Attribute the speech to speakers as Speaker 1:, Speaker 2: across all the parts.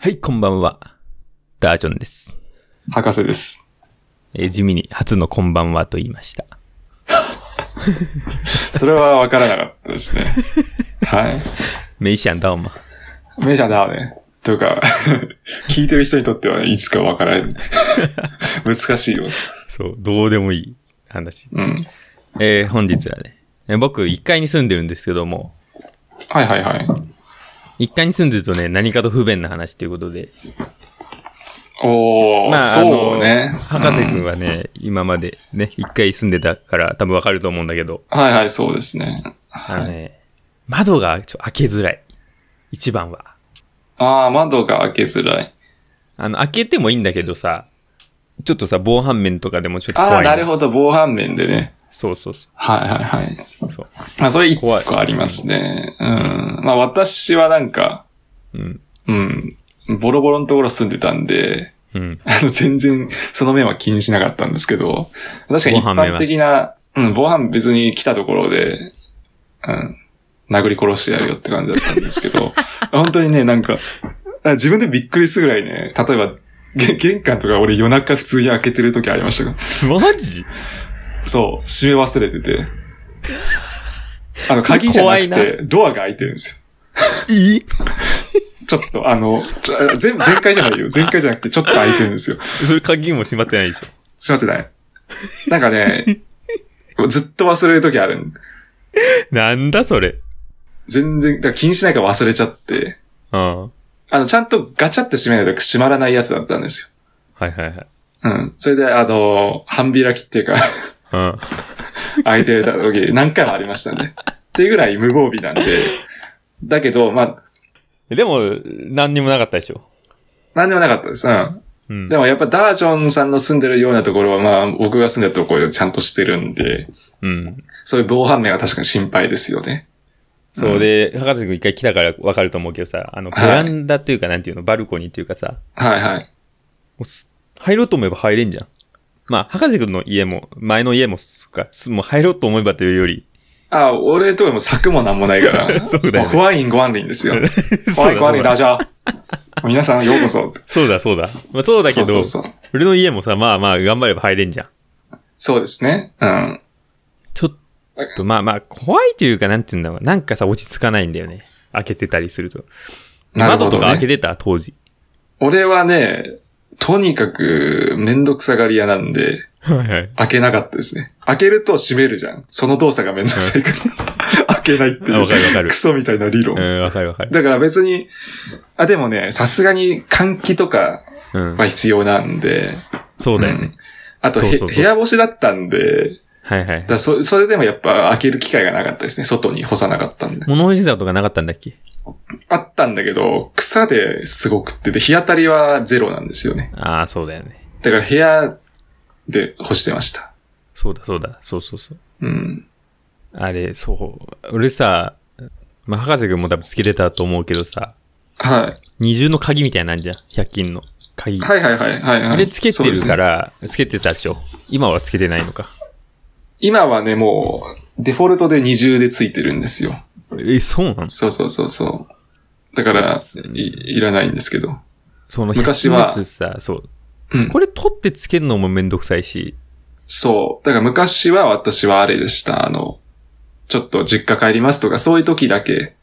Speaker 1: はい、こんばんは。ダージョンです。
Speaker 2: 博士です。
Speaker 1: えー地味に初のこんばんはと言いました。
Speaker 2: それはわからなかったです ね。はい。
Speaker 1: メイシャンダオマ。
Speaker 2: メジャーだね。というか、 聞いてる人にとっては、いつかわから ない。難しいよ。
Speaker 1: そう、どうでもいい話。
Speaker 2: うん。
Speaker 1: えー本日はね、えー僕1階に住んでるんですけども、
Speaker 2: はいはいはい。
Speaker 1: 1階に住んでるとね、何かと不便な話ということで、
Speaker 2: おー、そうね。
Speaker 1: 博士く
Speaker 2: う
Speaker 1: ん
Speaker 2: ん
Speaker 1: はね、今までね、1階住んでたから多分わかると思うんだけど、
Speaker 2: はいはい、そうですね。
Speaker 1: あのね、窓がちょ開けづらい。一番は。
Speaker 2: ああ、窓が開けづらい。
Speaker 1: あの、開けてもいいんだけどさ、ちょっとさ、防犯面とかでもちょっと怖い
Speaker 2: ああ、なる
Speaker 1: ど。
Speaker 2: ほど、防犯面でね。
Speaker 1: そうそうそ
Speaker 2: はいはいはい。
Speaker 1: う。そう。
Speaker 2: あ、それ一
Speaker 1: 怖い
Speaker 2: 個ありますね。うん。まあ私はなんか、
Speaker 1: うん。
Speaker 2: うん、ボロボロのところ住んでたんで、
Speaker 1: うん。
Speaker 2: あの、 全然、その面は気にしなかったんですけど、確かに
Speaker 1: 防
Speaker 2: 一
Speaker 1: 犯面は
Speaker 2: 般的な、うん、防犯別に来たところで、うん、殴り殺してやるよって感じだったんです けど、本当にね、なんか、あ自分でびっくりするぐらいね、例えば、げ玄関とか俺夜中普通に開けてる時ありましたか ら
Speaker 1: マジ
Speaker 2: そう、閉め忘れてて。あの、鍵じゃなく
Speaker 1: 怖い
Speaker 2: て、ドアが開いてるんですよ。
Speaker 1: いい
Speaker 2: ちょっと、あの、ちょ全 全開じゃないよ。全開じゃなくて、ちょっと開いてるんですよ。
Speaker 1: それ鍵も閉まってないでしょ。
Speaker 2: しまってない。なんかね、ずっと忘れるときある。
Speaker 1: なんだそれ。
Speaker 2: 全然、だから気にしないから忘れちゃって。
Speaker 1: うん。は
Speaker 2: あの、ちゃんとガチャって閉めないと閉まらないやつだったんです
Speaker 1: いはいはい。
Speaker 2: よ。うん。それで、あの、半開きっていうか、
Speaker 1: うん。
Speaker 2: 開いてたとき何回もありましたね。っていうぐらい無防備なんで。だけど、まあ、
Speaker 1: でも、何にもなかったでしょ。
Speaker 2: なんでもなかったです。うん。
Speaker 1: うん。
Speaker 2: でもやっぱダージョンさんの住んでるようなところは、まあ、僕が住んでるところをちゃんとしてるんで、
Speaker 1: うん。
Speaker 2: そういう防犯面は確かに心配ですよね。
Speaker 1: そうで、博士くん一回来たからわかると思うけどさ、あの、ベランダというか、なんていうの、バルコニーというかさ、
Speaker 2: はいはい。
Speaker 1: もうす入ろうと思えば入れんじゃん。まあ、博士くんの家も、前の家もすか、すもう入ろうと思えばというより、
Speaker 2: あ、俺とかも柵もなんもないから。
Speaker 1: そうだよね
Speaker 2: も不安員ご安臨ですよ。不
Speaker 1: そ
Speaker 2: 安
Speaker 1: うだ
Speaker 2: 員ご安
Speaker 1: そう
Speaker 2: 臨ダ
Speaker 1: だ
Speaker 2: ジャー。皆さんようこそ。
Speaker 1: そうだそうだ。まあ、そうだけど、
Speaker 2: そうそうそう。
Speaker 1: 俺の家もさ、まあまあ、頑張れば入れんじゃん。
Speaker 2: そうですね。うん。
Speaker 1: ちょっと、まあまあ、怖いというか、なんていうんだろう。なんかさ、落ち着かないんだよね。開けてたりすると。
Speaker 2: なる
Speaker 1: 窓
Speaker 2: ほ
Speaker 1: と
Speaker 2: ど、
Speaker 1: か開け
Speaker 2: ね。
Speaker 1: てた当時。
Speaker 2: 俺はね、とにかくめんどくさがり屋なんで、
Speaker 1: はいはい。
Speaker 2: 開けなかったですね。開けると閉めるじゃん。その動作がめんどくさいから。 開けないってい
Speaker 1: あわかるわか
Speaker 2: う。
Speaker 1: る
Speaker 2: クソみたいな理論。
Speaker 1: うん、わかるわかる。
Speaker 2: だから別に、あ、でもね、さすがに換気とか
Speaker 1: うん
Speaker 2: は。必要なんで、
Speaker 1: そうだよ
Speaker 2: うん
Speaker 1: ね。
Speaker 2: あと
Speaker 1: そ
Speaker 2: へ
Speaker 1: うそうそう
Speaker 2: 部屋干しだったんで、
Speaker 1: はいはい
Speaker 2: だか。らそそれでもやっぱ開ける機会がなかったですね。外に干さなかったんで。
Speaker 1: 物干し竿とかなかったんだっけ
Speaker 2: あったんだけど、草ですごくって、で、日当たりはゼロなんですよね。
Speaker 1: ああ、そうだよね。
Speaker 2: だから部屋で干してました。
Speaker 1: そうだそうだ。そうそうそう。
Speaker 2: うん。
Speaker 1: あれ、そう。俺さ、まあ、博士くんも多分つけてたと思うけどさ、
Speaker 2: は
Speaker 1: 二重の鍵みたいなんじゃん。百均の鍵
Speaker 2: い。。はいはいはいはい、はい。
Speaker 1: あれつけ
Speaker 2: そ
Speaker 1: て
Speaker 2: うで
Speaker 1: る
Speaker 2: すね
Speaker 1: から、つけてたでしょ。今はつけてないのか。
Speaker 2: 今はね、もう、デフォルトで二重でついてるんですよ。
Speaker 1: え、そうなの
Speaker 2: そうそうそうそう。だから、いいらないんですけど。
Speaker 1: その
Speaker 2: 昔は
Speaker 1: 百均のやつさ、そう。
Speaker 2: うん。
Speaker 1: これ取ってつけるのもめんどくさいし、
Speaker 2: そう。だから昔は私はあれでした。あの、ちょっと実家帰りますとか、そういう時だけ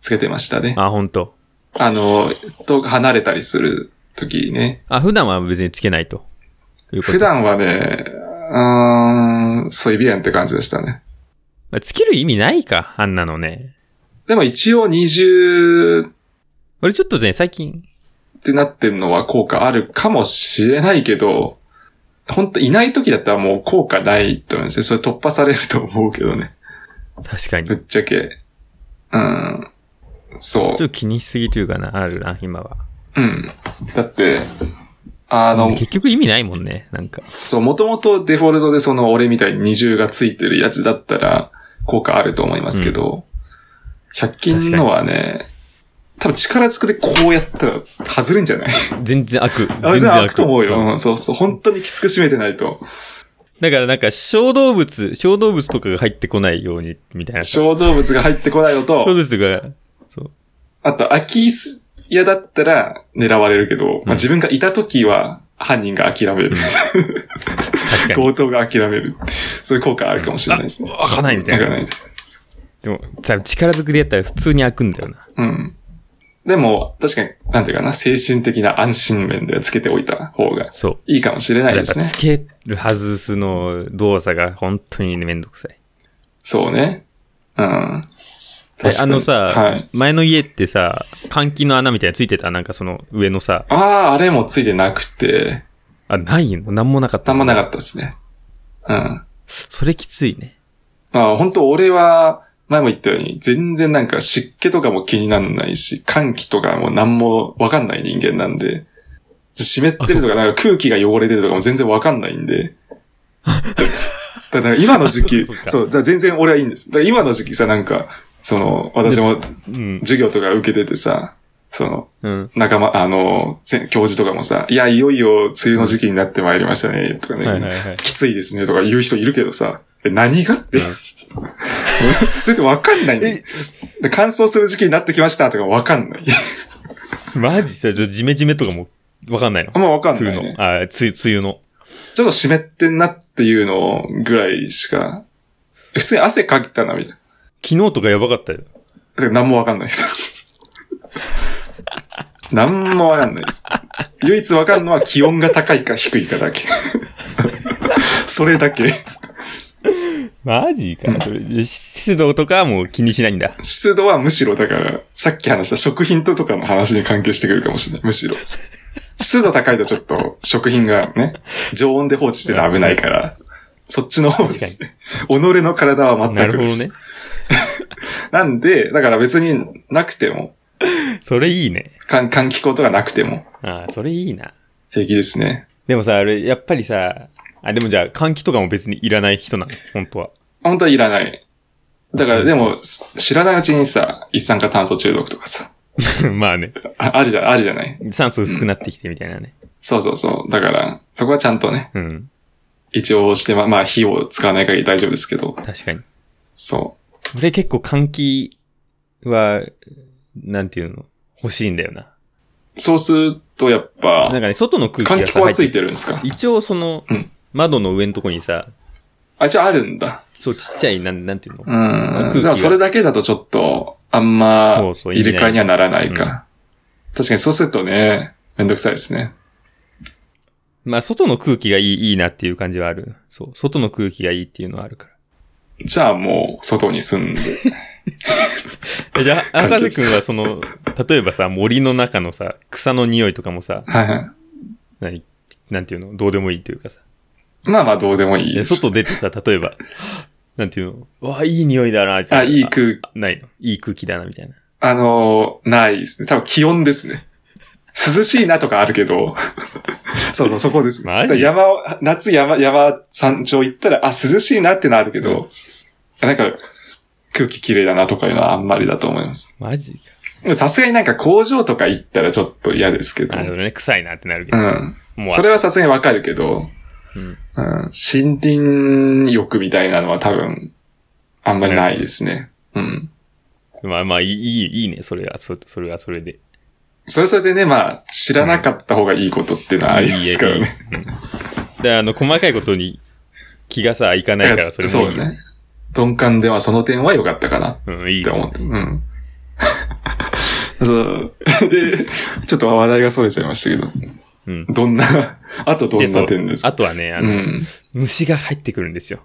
Speaker 2: つけてましたね。
Speaker 1: あ、ほんと。
Speaker 2: あの、と離れたりするときね。
Speaker 1: あ、普段は別につけないと。いうこと
Speaker 2: 普段はね、うーん、ソイビエンって感じでしたね。
Speaker 1: まあつける意味ないか、あんなのね。
Speaker 2: でも一応二重っ
Speaker 1: 俺ちょっとね、最近、
Speaker 2: てなってるのは効果あるかもしれないけど、本当いない時だったらもう効果ないと思うんですね。それ突破されると思うけどね。
Speaker 1: 確かに。ち
Speaker 2: ぶ
Speaker 1: ょ
Speaker 2: っちゃけ。うん。そ
Speaker 1: っ
Speaker 2: う。
Speaker 1: と気にしすぎというかな、あるな、今は。
Speaker 2: うん。だって、あの、
Speaker 1: 結局意味ないもんね、なんか。
Speaker 2: そう、もともとデフォルトでその俺みたいに二重がついてるやつだったら効果あると思いますけど、100均のはね、多分力ずくでこうやったら外れんじゃない
Speaker 1: 全然開く。
Speaker 2: あ全然開くと思うよ。
Speaker 1: ん
Speaker 2: うんそうそう。本当にきつく締めてないと。
Speaker 1: だからなんか、小動物、小動物とかが入ってこないように、みたいな。小
Speaker 2: 小動物が入ってこないのと
Speaker 1: 動、物とか、そう。
Speaker 2: あと、空きす、嫌だったら狙われるけど、まあ、自分がいた時は犯人が諦める。
Speaker 1: 確かに。
Speaker 2: 強盗が諦める。そういう効果あるかもしれないですね。
Speaker 1: あ開かないみた
Speaker 2: だ
Speaker 1: い
Speaker 2: か
Speaker 1: な。
Speaker 2: らね。
Speaker 1: でも、多分力づくでやったら普通に開くんだよな。
Speaker 2: うん。でも、確かに、なんていうかな、精神的な安心面ではつけておいた方が
Speaker 1: そう。
Speaker 2: いいかもしれない
Speaker 1: や
Speaker 2: で
Speaker 1: っぱ
Speaker 2: すね。
Speaker 1: つける外すの動作が本当にめんどくさい。
Speaker 2: そうね。うん。
Speaker 1: で
Speaker 2: 確かに
Speaker 1: あのさ、
Speaker 2: はい。
Speaker 1: 前の家ってさ、換気の穴みたいなのついてたなんかその上のさ、
Speaker 2: ああ、あれもついてなくて、
Speaker 1: あ、ないのなんもなかった。
Speaker 2: たまなかったですね。うん。
Speaker 1: それきついね。
Speaker 2: まあ本当俺は、前も言ったように、全然なんか湿気とかも気にならないし、寒気とかも何もわかんない人間なんで、湿ってるとか、なんか空気が汚れてるとかも全然わかんないんで。だだから今の時 期、
Speaker 1: そ
Speaker 2: そう
Speaker 1: か
Speaker 2: う、だから全然俺はいいんです。だから今の時期さ、なんか、その、私も
Speaker 1: うん。
Speaker 2: 授業とか受けててさ、その、
Speaker 1: うん。
Speaker 2: 仲間、あの、せ教授とかもさ、いや、いよいよ梅雨の時期になってまいりましたね、とかね、
Speaker 1: はいはいはい。
Speaker 2: きついですねとか言う人いるけどさ、え何がって。
Speaker 1: うん
Speaker 2: 全然わかんないんだよ
Speaker 1: え
Speaker 2: で乾燥する時期になってきましたとかわかんない。
Speaker 1: マジさ、ちょ、ジメジメとかもわかんないの
Speaker 2: あんまわかん
Speaker 1: 冬
Speaker 2: ない、
Speaker 1: の
Speaker 2: ね。。
Speaker 1: あ、梅雨、梅雨の。
Speaker 2: ちょっと湿ってんなっていうのぐらいしか、普通に汗かきたな、みたいな。
Speaker 1: 昨日とかやばかったよ。
Speaker 2: だから何もわかんないです。 何もわかんないです。唯一わかるのは気温が高いか低いかだけ。 それだけ。
Speaker 1: マジか。それで湿度とかはもう気にしないんだ。
Speaker 2: 湿度はむしろだから、さっき話した食品ととかの話に関係してくるかもしれない。むしろ。湿度高いとちょっと食品がね、常温で放置してるの危ないから、そっちの方ですね。己の体は
Speaker 1: なる
Speaker 2: 全く
Speaker 1: ほ
Speaker 2: で
Speaker 1: ど
Speaker 2: す。
Speaker 1: ね。
Speaker 2: なんで、だから別になくても、
Speaker 1: それいいね。
Speaker 2: 換換気口とかなくても
Speaker 1: ああ、それいいな。
Speaker 2: 平気ですね。
Speaker 1: でもさ、あれ、やっぱりさ、あ、でもじゃあ、換気とかも別にいらない人なの本当は。
Speaker 2: 本当はいらない。だからでも、す知らないうちにさ、一酸化炭素中毒とかさ、
Speaker 1: まあね。
Speaker 2: ああるじゃん、あるじゃない。
Speaker 1: 酸素薄くなってきてみたいなね。
Speaker 2: そうそうそう。だから、そこはちゃんとね、
Speaker 1: うん。
Speaker 2: 一応してま、まあ火を使わない限り大丈夫ですけど、
Speaker 1: 確かに。
Speaker 2: そ
Speaker 1: 俺結構換気は、なんていうの欲しいんだよな。
Speaker 2: う。そうすると、やっぱ
Speaker 1: なん、かね、外の空気
Speaker 2: 換
Speaker 1: が
Speaker 2: 気
Speaker 1: さ
Speaker 2: 口はつい
Speaker 1: 入って
Speaker 2: てるんですか
Speaker 1: 一応その
Speaker 2: うん、
Speaker 1: 窓の上のとこにさ、
Speaker 2: あ、じゃああるんだ。
Speaker 1: そうちっちゃい、なん、なんていうの
Speaker 2: う
Speaker 1: 空
Speaker 2: ん。
Speaker 1: 気
Speaker 2: で
Speaker 1: が
Speaker 2: もそれだけだとちょっと、あんま
Speaker 1: そうそう、
Speaker 2: 入れ替えにはならない
Speaker 1: 意味ない
Speaker 2: か。確かにそうするとね、めんどくさいですね。
Speaker 1: まあ、外の空気がいい、いいなっていう感じはある。そう。外の空気がいいっていうのはあるか
Speaker 2: じゃあもう、外に住ん で。
Speaker 1: ら。じゃあ、
Speaker 2: 完
Speaker 1: 赤瀬
Speaker 2: 結
Speaker 1: くんはその、例えばさ、森の中のさ、草の匂いとかもさ、
Speaker 2: はいはい。
Speaker 1: 何、なんていうのどうでもいいっていうかさ。
Speaker 2: まあまあ、どうでもいい
Speaker 1: で
Speaker 2: です。
Speaker 1: 外出てさ、例えば、なんていうのわあ、いい匂いだな、みた
Speaker 2: あ、
Speaker 1: いな。
Speaker 2: いい空気。
Speaker 1: あないの。いい空気だな、みたいな。
Speaker 2: あのーないですね。多分気温です ね。涼しいなとかあるけど、そうそう、そこです。
Speaker 1: マジ
Speaker 2: だから山を、夏山、山山頂行ったら、あ、涼しいなってのはあるけど、なんか、空気綺麗だなとかいうのはあんまりだと思います。
Speaker 1: マジか。
Speaker 2: でもさすがになんか工場とか行ったらちょっと嫌ですけど
Speaker 1: あ、、でもね、臭いなってなるけ
Speaker 2: う
Speaker 1: ど。
Speaker 2: ん。
Speaker 1: もう、
Speaker 2: それはさすがにわかるけど、
Speaker 1: うん
Speaker 2: うん、森林浴みたいなのは多分、あんまりないですね。うん。
Speaker 1: まあまあ、いい、いいいいね、それは、そそれはそれで。
Speaker 2: それそれでね、まあ、知らなかった方がいいことっていうのはありますからね。
Speaker 1: いい。いいうんで、あの、細かいことに気がさ、いかないから、それもいい
Speaker 2: そうね。。鈍感ではその点は良かったかなっ
Speaker 1: うん、いい
Speaker 2: て
Speaker 1: です
Speaker 2: 思って。うん。 そう。で、ちょっと話題が逸れちゃいましたけど、
Speaker 1: うん。
Speaker 2: どんな、 あとど
Speaker 1: で
Speaker 2: ん
Speaker 1: そ
Speaker 2: な
Speaker 1: う
Speaker 2: 点ですか
Speaker 1: あとはね、あ
Speaker 2: う
Speaker 1: の、
Speaker 2: ん。
Speaker 1: 虫が入ってくるんですよ。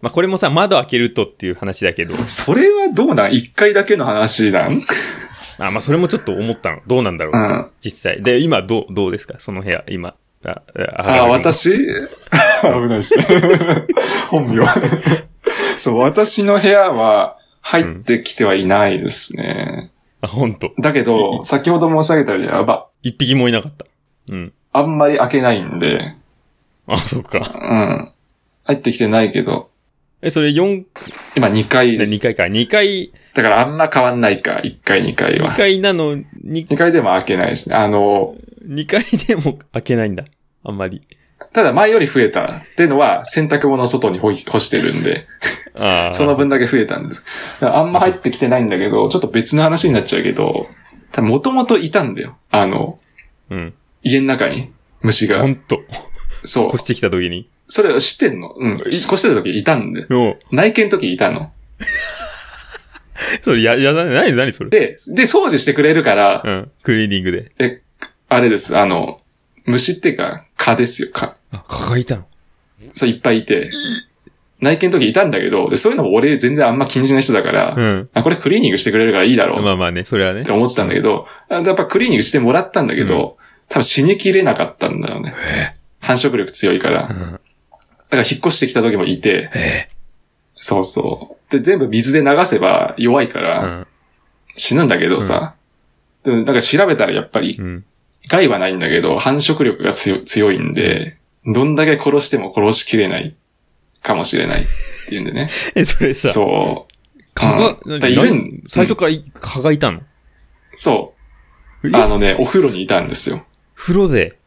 Speaker 1: まあ、これもさ、窓開けるとっていう話だけど、
Speaker 2: それはどうなん一回だけの話なん
Speaker 1: あ、まあ、それもちょっと思ったの。どうなんだろ
Speaker 2: う
Speaker 1: う、
Speaker 2: ん。
Speaker 1: 実際。で、今、どう、どうですかその部屋、今。あ、あ
Speaker 2: あ、。私 危ないですね。 本名。そう、私の部屋は入ってきてはいないですね。
Speaker 1: あ、ほんと。
Speaker 2: だけ
Speaker 1: い
Speaker 2: ど、先ほど申し上げたように、やば、
Speaker 1: 一匹もいなかった。うん。
Speaker 2: あんまり開けないんで、
Speaker 1: あ、そっか。
Speaker 2: うん。入ってきてないけど、
Speaker 1: え、それ4、
Speaker 2: 今2階です
Speaker 1: 2。階か。2階、
Speaker 2: だからあんま変わんないか、1階2階
Speaker 1: 2
Speaker 2: は。
Speaker 1: 階なのに、
Speaker 2: 2階でも開けないですね。あの、
Speaker 1: 2階でも開けないんだ。あんまり。
Speaker 2: ただ前より増えたっていうのは、洗濯物を外に干し干してるんで、
Speaker 1: ああ。
Speaker 2: その分だけ増えたんです。だからあんま入ってきてないんだけど、ちょっと別の話になっちゃうけど、多分もともといたんだよ。あの、
Speaker 1: うん。
Speaker 2: 家の中に虫が
Speaker 1: ほ。んと。
Speaker 2: そう
Speaker 1: 越。してきた時に。
Speaker 2: それを知ってんの。うん。越してた時いたんで。
Speaker 1: の、
Speaker 2: 内見の時いたの。
Speaker 1: それ、や、やだね。何、何それ。
Speaker 2: で、で、掃除してくれるから、
Speaker 1: うん。クリーニングで。
Speaker 2: え、あれです。あの、虫っていうか、蚊ですよ、蚊。
Speaker 1: あ、蚊がいたの
Speaker 2: そう、いっぱいいて。内見の時いたんだけど、で、そういうのも俺全然あんま気にしない人だから、
Speaker 1: うん。
Speaker 2: あ、これクリーニングしてくれるからいいだろう
Speaker 1: まあまあね、それはね
Speaker 2: って。思ってたんだけど、あやっぱクリーニングしてもらったんだけど、多分死にきれなかったんだよね。繁殖力強いから。だ
Speaker 1: う
Speaker 2: か
Speaker 1: ん。
Speaker 2: ら引っ越してきた時もいて、
Speaker 1: え
Speaker 2: そうそう。で、全部水で流せば弱いか
Speaker 1: え。う
Speaker 2: ら
Speaker 1: ん。
Speaker 2: 死ぬんだけどさ。でもなんか調べたらやっぱり、
Speaker 1: うん。
Speaker 2: 害はないんだけど、繁殖力が強強いんで、どんだけ殺しても殺しきれないかもしれないっていうんでね。
Speaker 1: え、それさ、
Speaker 2: そう。
Speaker 1: 蚊が
Speaker 2: うん、
Speaker 1: 何
Speaker 2: いるん
Speaker 1: 最初からい蚊がいたの
Speaker 2: そ
Speaker 1: え
Speaker 2: う。あのね、お風呂にいたんですよ。
Speaker 1: 風呂で。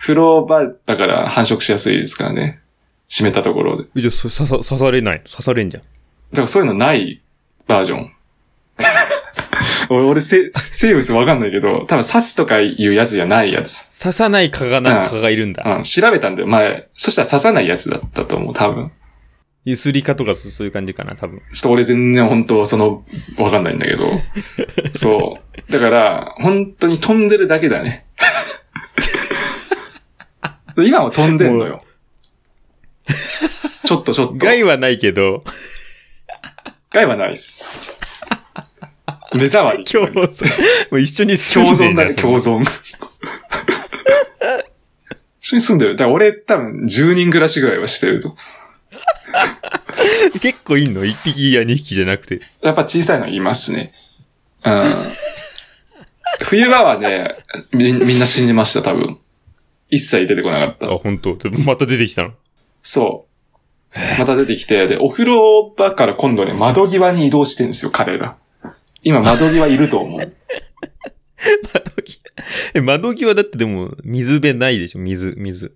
Speaker 2: 風呂場だから繁殖しやすいですからね。湿ったところで。
Speaker 1: えじゃあ、そ刺さ、刺されないの刺されんじゃん。
Speaker 2: だからそういうのないバージョン。俺、俺せ、生物わかんないけど、多分刺すとかいうやつじゃないやつ。
Speaker 1: 刺さない蚊が
Speaker 2: う
Speaker 1: な、
Speaker 2: ん
Speaker 1: 蚊がいるんだ。
Speaker 2: うん、調べたんだよ、前。そしたら刺さないやつだったと思う、多分。
Speaker 1: ゆすり蚊とかそそういう感じかな、多分。
Speaker 2: ちょっと俺全然本当、その、わかんないんだけ ど。そう。だから、本当に飛んでるだけ だね。今も飛んでんのよ。ちょっとちょっと。
Speaker 1: 害はないけ ど、
Speaker 2: 害はないです。目障り。
Speaker 1: 共存。 もう一緒に住
Speaker 2: 共
Speaker 1: んで
Speaker 2: 存
Speaker 1: ん
Speaker 2: だ
Speaker 1: だ
Speaker 2: ね、共
Speaker 1: 存。
Speaker 2: 存。一緒に住んでる。だから俺多分10人暮らしぐらいはしてると。
Speaker 1: 結構いんの一匹や二匹じゃなくて。
Speaker 2: やっぱ小さいのいますね。うん。 冬場はね、み、みんな死んでました、多分。一切出てこなかっ
Speaker 1: あ、
Speaker 2: た。
Speaker 1: 本当。でまた出てきたの。
Speaker 2: そう。また出てきて、で、お風呂場から今度ね、窓際に移動してるんですよ、彼ら。今窓際いると思う。
Speaker 1: え、窓際だってでも、水辺ないでしょ水、水。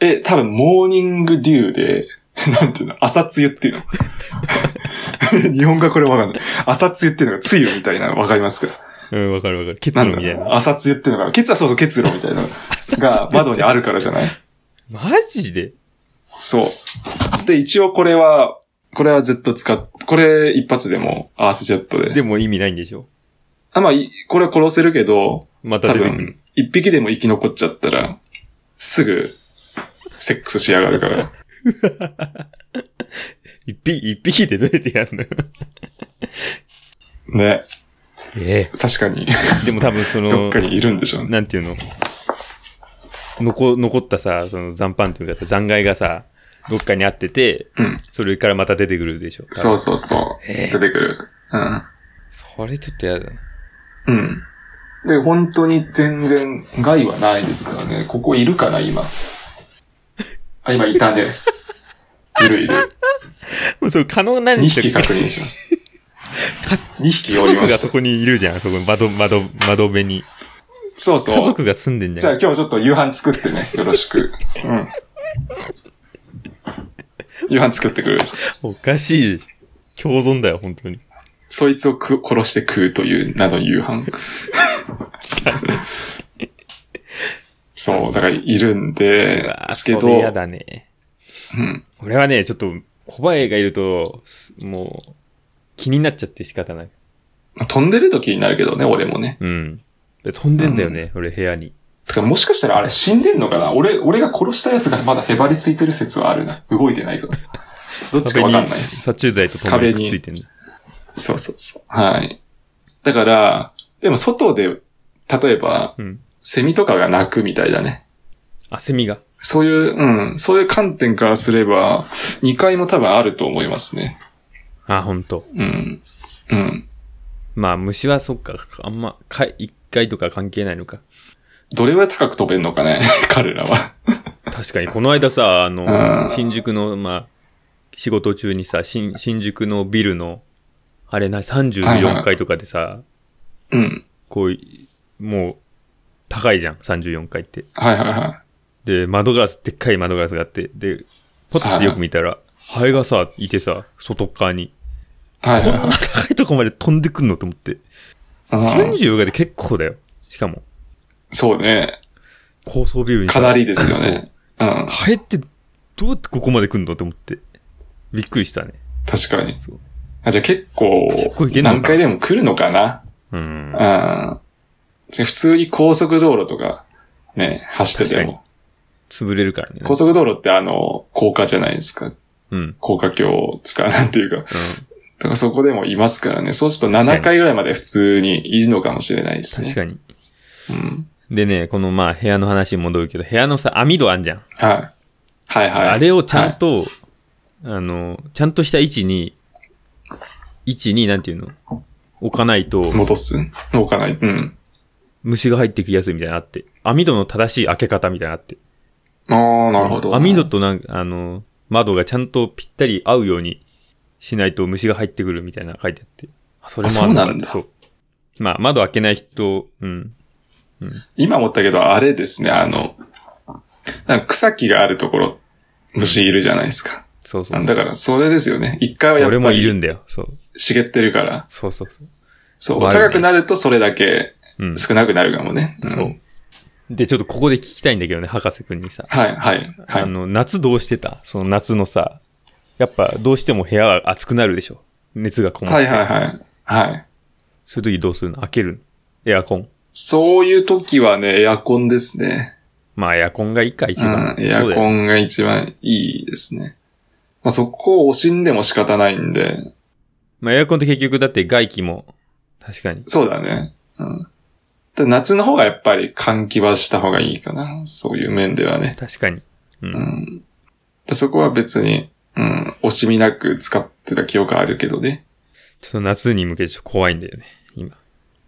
Speaker 2: え、多分、モーニングデューで、 なんていうの、 朝露っていうの。日本がこれわかんない。朝露っていうのが、露みたいなのわかりますか
Speaker 1: うん、わかるわかる。結
Speaker 2: なん
Speaker 1: 露
Speaker 2: だ
Speaker 1: みたい
Speaker 2: ろう
Speaker 1: な。
Speaker 2: 朝露っていうのが、ケツはそうそう結露みたいなのが窓にあるからじゃない
Speaker 1: マジで
Speaker 2: そう。で、一応これは、これはずっと使っ、これ一発でもアースジェットで。
Speaker 1: でも意味ないんでしょ
Speaker 2: あまあ、いこれ殺せるけど、
Speaker 1: また
Speaker 2: 多
Speaker 1: 出てくる。
Speaker 2: 分、一匹でも生き残っちゃったら、すぐ、セックスしやがる から。
Speaker 1: 一匹、一匹でどうやってやるの
Speaker 2: ね。
Speaker 1: え
Speaker 2: 確かに、
Speaker 1: えでも多分そ
Speaker 2: ど
Speaker 1: の
Speaker 2: っ、かにいるんでしょうね。
Speaker 1: なんていうの残、残ったさ、その残飯というかさ、残骸がさ、どっかにあってて、
Speaker 2: うん。
Speaker 1: それからまた出てくるでしょ。
Speaker 2: そうそうそう。
Speaker 1: え
Speaker 2: 出
Speaker 1: え
Speaker 2: てくる。うん。
Speaker 1: それちょっとやだな。
Speaker 2: うん。で、本当に全然害はないですからね。ここいるかな、今。あ、今いたね。いるいる。
Speaker 1: もう それ可能なん
Speaker 2: 2
Speaker 1: でしょ
Speaker 2: 匹確認しました。2匹おりま
Speaker 1: 家族が
Speaker 2: し
Speaker 1: そ
Speaker 2: た。
Speaker 1: こにいるじゃん、そこ、窓、窓、窓辺に。
Speaker 2: そう
Speaker 1: 家
Speaker 2: そう。
Speaker 1: 族が住んでんじ
Speaker 2: じゃ
Speaker 1: ゃ
Speaker 2: あ
Speaker 1: ん。
Speaker 2: 今日ちょっと夕飯作ってね。よろしく。うん。夕飯作ってくれる。
Speaker 1: おかしいでしょ。共存だよ、本当に。
Speaker 2: そいつを食う殺して食うという名の夕飯。そう、だからいるんで、
Speaker 1: うわ
Speaker 2: で
Speaker 1: ー
Speaker 2: すけ
Speaker 1: そ
Speaker 2: ど
Speaker 1: れ、やだね。
Speaker 2: うん、
Speaker 1: 俺はね、ちょっと、小林がいると、すもう、気になっちゃって仕方ない。
Speaker 2: 飛んでる時になるけどね、俺もね。
Speaker 1: うん。で飛んでんだよね、俺部屋に。
Speaker 2: てか、もしかしたらあれ死んでんのかな俺、俺が殺したやつがまだへばりついてる説はあるな。動いてないから。どっちかわかんないです。
Speaker 1: 殺虫剤と共にくっついてんだ。
Speaker 2: そうそうそう。はい。だから、でも外で、例えば、
Speaker 1: うん。
Speaker 2: セミとかが鳴くみたいだね。
Speaker 1: あ、セミが。
Speaker 2: そういう、うん、そういう観点からすれば、2階も多分あると思いますね。
Speaker 1: あ、ほんと。
Speaker 2: うん。うん。
Speaker 1: まあ、虫はそっか、あんま、か一回とか関係ないのか。
Speaker 2: どれぐらい高く飛べんのかね、 彼らは。
Speaker 1: 確かに、この間さ、あ
Speaker 2: うん
Speaker 1: の、新宿の、まあ、仕事中にさ、新新宿のビルの、あれな、
Speaker 2: はいはい
Speaker 1: 34階とかでさ、
Speaker 2: うん。
Speaker 1: こう、もう、高いじゃん、34階って。
Speaker 2: はいはいは
Speaker 1: で、窓ガラス、でっかい窓ガラスがあって、で、ポッてよく見たら、ハエがさ、いてさ、外側に。
Speaker 2: い。はい
Speaker 1: こ
Speaker 2: はい
Speaker 1: ん
Speaker 2: は。
Speaker 1: ない高いとこまで飛んでくんのと思って。
Speaker 2: うん
Speaker 1: 34階で結構だよ。しかも、
Speaker 2: そうね。
Speaker 1: 高層ビルに。
Speaker 2: かなりですよね。うん。
Speaker 1: 入って、どうやってここまで来んのって思って。びっくりしたね。
Speaker 2: 確かに
Speaker 1: そう。
Speaker 2: あじゃあ結構
Speaker 1: 結構いけ、んのか
Speaker 2: 何回でも来るのかな
Speaker 1: うん。
Speaker 2: うん。普通に高速道路とか、ね、走ってても。
Speaker 1: 潰れるからね。
Speaker 2: 高速道路ってあの、高架じゃないですか。
Speaker 1: うん。うん。
Speaker 2: 高架橋を使うなんていうか。だからそこでもいますからね。そうすると7回ぐらいまで普通にいるのかもしれないです
Speaker 1: 確
Speaker 2: ね。
Speaker 1: かに。
Speaker 2: うん。
Speaker 1: でね、このまあ部屋の話に戻るけど、部屋のさ、網戸あんじゃん。
Speaker 2: はい。はいはい。
Speaker 1: あれをちゃんと、あの、ちゃんとした位置に、位置に、なんていうの置かないと、
Speaker 2: 戻す動かない。うん。
Speaker 1: 虫が入ってきやすいみたいなのあって。網戸の正しい開け方みたいなのあって。
Speaker 2: ああ、なるほど。
Speaker 1: 網戸となんか、あの、窓がちゃんとぴったり合うようにしないと虫が入ってくるみたいなの書いてあって。あ、それもある
Speaker 2: あそうなんだ
Speaker 1: そう。まあ、窓開けない人、うん。
Speaker 2: 今思ったけど、あれですね、あの、なんか草木があるところ、虫いるじゃないですか。
Speaker 1: そうそう
Speaker 2: だ。から、それですよね。一回はや
Speaker 1: それ
Speaker 2: っ
Speaker 1: も
Speaker 2: ぱ
Speaker 1: いる
Speaker 2: り
Speaker 1: んだよ。そう。
Speaker 2: 茂ってるから。
Speaker 1: そうそうそう。
Speaker 2: そう。
Speaker 1: 怖いよね
Speaker 2: 高くなるとそれだけ
Speaker 1: うん。
Speaker 2: 少なくなるかもね。うん
Speaker 1: そう。で、ちょっとここで聞きたいんだけどね、博士くんにさ。
Speaker 2: はい、はい、は
Speaker 1: あ
Speaker 2: い。
Speaker 1: の、夏どうしてたその夏のさ、やっぱどうしても部屋は暑くなるでしょ。熱がこもって。
Speaker 2: はい、はい、はい。はい。
Speaker 1: そういう時どうするの開けるのエアコン。
Speaker 2: そういう時はね、エアコンですね。
Speaker 1: まあ、エアコンがいいか、一番。
Speaker 2: うん、エア
Speaker 1: そうだ
Speaker 2: コ
Speaker 1: よ
Speaker 2: ンが一番いいですね。まあ、そこを惜しんでも仕方ないんで、
Speaker 1: まあ、エアコンって結局だって外気も、確かに。
Speaker 2: そうだね。うん。で夏の方がやっぱり換気はした方がいいかな。そういう面ではね。
Speaker 1: 確かに。うん。
Speaker 2: うん。でそこは別に、うん、惜しみなく使ってた記憶あるけどね。
Speaker 1: ちょっと夏に向けてちょっと怖いんだよね、今。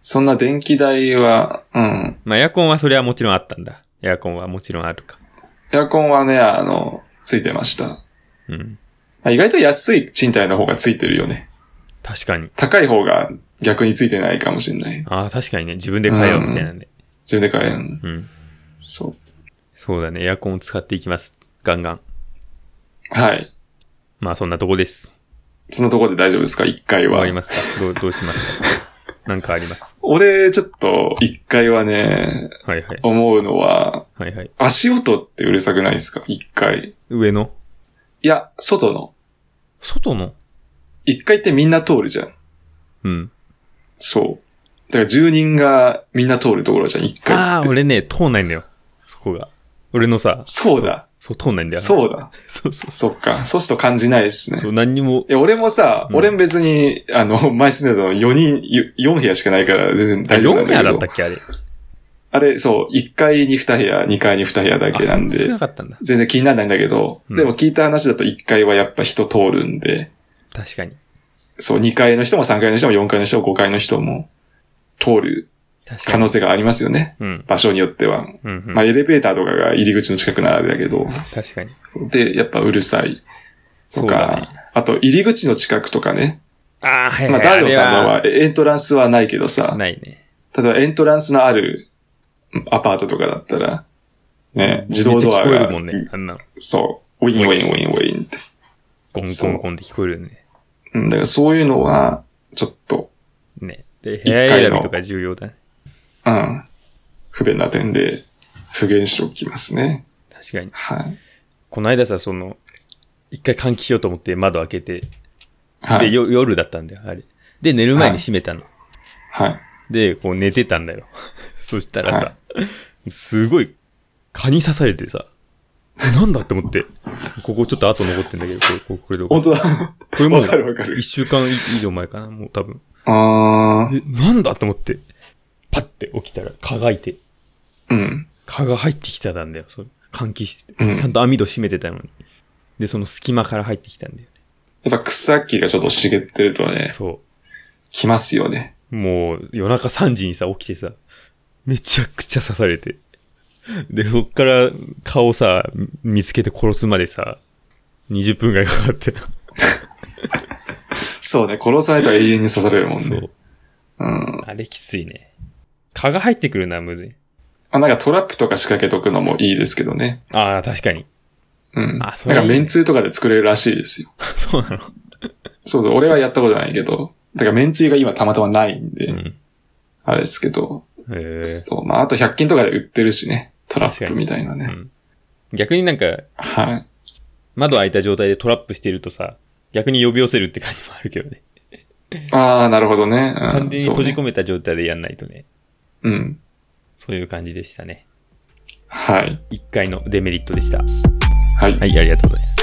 Speaker 2: そんな電気代は、うん。
Speaker 1: まあ、エアコンはそれはもちろんあったんだ。エアコンはもちろんあるか。
Speaker 2: エアコンはね、あの、ついてました。ま
Speaker 1: うん。
Speaker 2: あ意外と安い賃貸の方がついてるよね。
Speaker 1: 確かに。
Speaker 2: 高い方が逆についてないかもしれない。
Speaker 1: ああ、確かにね、自分で買えようみたいなね。
Speaker 2: 自分で買えるの。
Speaker 1: うん。
Speaker 2: そう。
Speaker 1: そうだね、エアコンを使っていきます。ガンガン。
Speaker 2: はい。
Speaker 1: まあ、そんなとこです。
Speaker 2: そのところで大丈夫ですか一回
Speaker 1: 終わ
Speaker 2: は
Speaker 1: り。ますかどう、どうします かなんかあります。
Speaker 2: 俺、ちょっと、一回はね、
Speaker 1: はいはい。
Speaker 2: 思うのは、
Speaker 1: はいはい。
Speaker 2: 足音ってうるさくないですか一回。
Speaker 1: 上の
Speaker 2: いや、外の。
Speaker 1: 外の
Speaker 2: 一回ってみんな通るじゃん。
Speaker 1: うん。
Speaker 2: そう。だから住人がみんな通るところじゃん、一回。
Speaker 1: ああ、俺ね、通んないんだよ。そこが。俺のさ。
Speaker 2: そうだ。
Speaker 1: そう、そう通んないんだよ。
Speaker 2: そう。だ。
Speaker 1: そうそう
Speaker 2: そっか。そうすると感じないですね
Speaker 1: そう。。何にも
Speaker 2: い、や、俺もさ、
Speaker 1: うん
Speaker 2: 俺も別に、あの、 前住んでたの4人、よ4部屋しかないから全然大丈夫な
Speaker 1: 4
Speaker 2: ん
Speaker 1: 部
Speaker 2: だけ
Speaker 1: 屋だ
Speaker 2: ど。
Speaker 1: ったっけあれ。
Speaker 2: あれ、そう、1階に2部屋、2階に2部屋だ
Speaker 1: あ
Speaker 2: けなん
Speaker 1: そ少
Speaker 2: で
Speaker 1: な、かったんだ。
Speaker 2: 全然気にならないんだけど、
Speaker 1: うん
Speaker 2: でも聞いた話だと1階はやっぱ人通るんで、
Speaker 1: 確かに。
Speaker 2: そう、2階の人も3階の人も4階の人も5階の人も通る
Speaker 1: 確か
Speaker 2: 可
Speaker 1: に。
Speaker 2: 能性がありますよね。
Speaker 1: うん。
Speaker 2: 場所によっては。
Speaker 1: うん、うん。
Speaker 2: まあ、エレベーターとかが入り口の近くならあれだけど、
Speaker 1: 確かに。
Speaker 2: で、やっぱうるさい
Speaker 1: そ
Speaker 2: と
Speaker 1: う
Speaker 2: か、
Speaker 1: だね。
Speaker 2: あと入り口の近くとかね。
Speaker 1: ああ、はいはい。
Speaker 2: まあ、ダージョンさんの
Speaker 1: あ
Speaker 2: はエントランスはないけ
Speaker 1: れ
Speaker 2: ど
Speaker 1: は
Speaker 2: さ、
Speaker 1: ないね。
Speaker 2: 例えばエントランスのあるアパートとかだったら、ね、自動ドア
Speaker 1: めっちゃ聞こえ
Speaker 2: が、
Speaker 1: るもんね。あんなの。
Speaker 2: そう、ウィンウィンウィンウィンって。
Speaker 1: ゴンゴンゴンって聞こえるよね。
Speaker 2: うん、だからそういうのは、ちょっと、
Speaker 1: ね。で、部屋選びとか重要だね。
Speaker 2: うん、不便な点で、不言しておきますね。
Speaker 1: 確かに。
Speaker 2: はい。
Speaker 1: この間さ、その、一回換気しようと思って窓開けて、
Speaker 2: は
Speaker 1: で、
Speaker 2: い。
Speaker 1: よ夜だったんだよ、あれ。で、寝る前に閉めたの。
Speaker 2: はい。
Speaker 1: で、こう寝てたんだよ。 そしたらさ、
Speaker 2: は
Speaker 1: すごい、蚊に刺されてさ、えなんだって思って、ここちょっと跡残ってんだけど、これ、これこれで。
Speaker 2: 本
Speaker 1: こ
Speaker 2: 当だ。
Speaker 1: れもう
Speaker 2: わか、るわかる
Speaker 1: 一。週間以上前かな、もう多分。
Speaker 2: あー、
Speaker 1: え、なんだって思って、パッて起きたら蚊がいて、
Speaker 2: うん。
Speaker 1: 蚊が入ってきたんだよ、それ。換気して
Speaker 2: うん
Speaker 1: て。ちゃんと網戸閉めてたのに。で、その隙間から入ってきたんだよ
Speaker 2: やっぱ草木がちょっと茂ってると
Speaker 1: ね。
Speaker 2: ね、
Speaker 1: そう。
Speaker 2: 来ますよね。
Speaker 1: もう夜中3時にさ、起きてさ、めちゃくちゃ刺されて。で、そっから顔さ、見つけて殺すまでさ、20分ぐらいかかって。
Speaker 2: そうね、殺さないと永遠に刺されるもん
Speaker 1: そ
Speaker 2: ね。
Speaker 1: う。
Speaker 2: うん。
Speaker 1: あれきついね。蚊が入ってくるな、無理。
Speaker 2: あ、なんかトラップとか仕掛けとくのもいいですけどね。
Speaker 1: ああ、確かに。
Speaker 2: うん。
Speaker 1: あそ
Speaker 2: な
Speaker 1: れ
Speaker 2: ん
Speaker 1: いい
Speaker 2: か
Speaker 1: ね
Speaker 2: めんつゆとかで作れるらしいですよ。
Speaker 1: そうなの。
Speaker 2: そうそう、俺はやったことないけど。だからめんつゆが今たまたまないんで、
Speaker 1: うん。
Speaker 2: あれですけど。
Speaker 1: えー
Speaker 2: そう。まあ、あと100均とかで売ってるしね。トラッ
Speaker 1: 確か
Speaker 2: プ
Speaker 1: に
Speaker 2: みたいな
Speaker 1: う
Speaker 2: ね。
Speaker 1: ん、逆になんか、
Speaker 2: はい。
Speaker 1: 窓開いた状態でトラップしてるとさ、逆に呼び寄せるって感じもあるけどね。
Speaker 2: ああ、なるほどね。うん
Speaker 1: 完全に閉じ
Speaker 2: そうね
Speaker 1: 込めた状態でやんないとね。
Speaker 2: うん。
Speaker 1: そういう感じでしたね。
Speaker 2: はい。
Speaker 1: 1回のデメリットでした。
Speaker 2: はい。
Speaker 1: はい、ありがとうございます。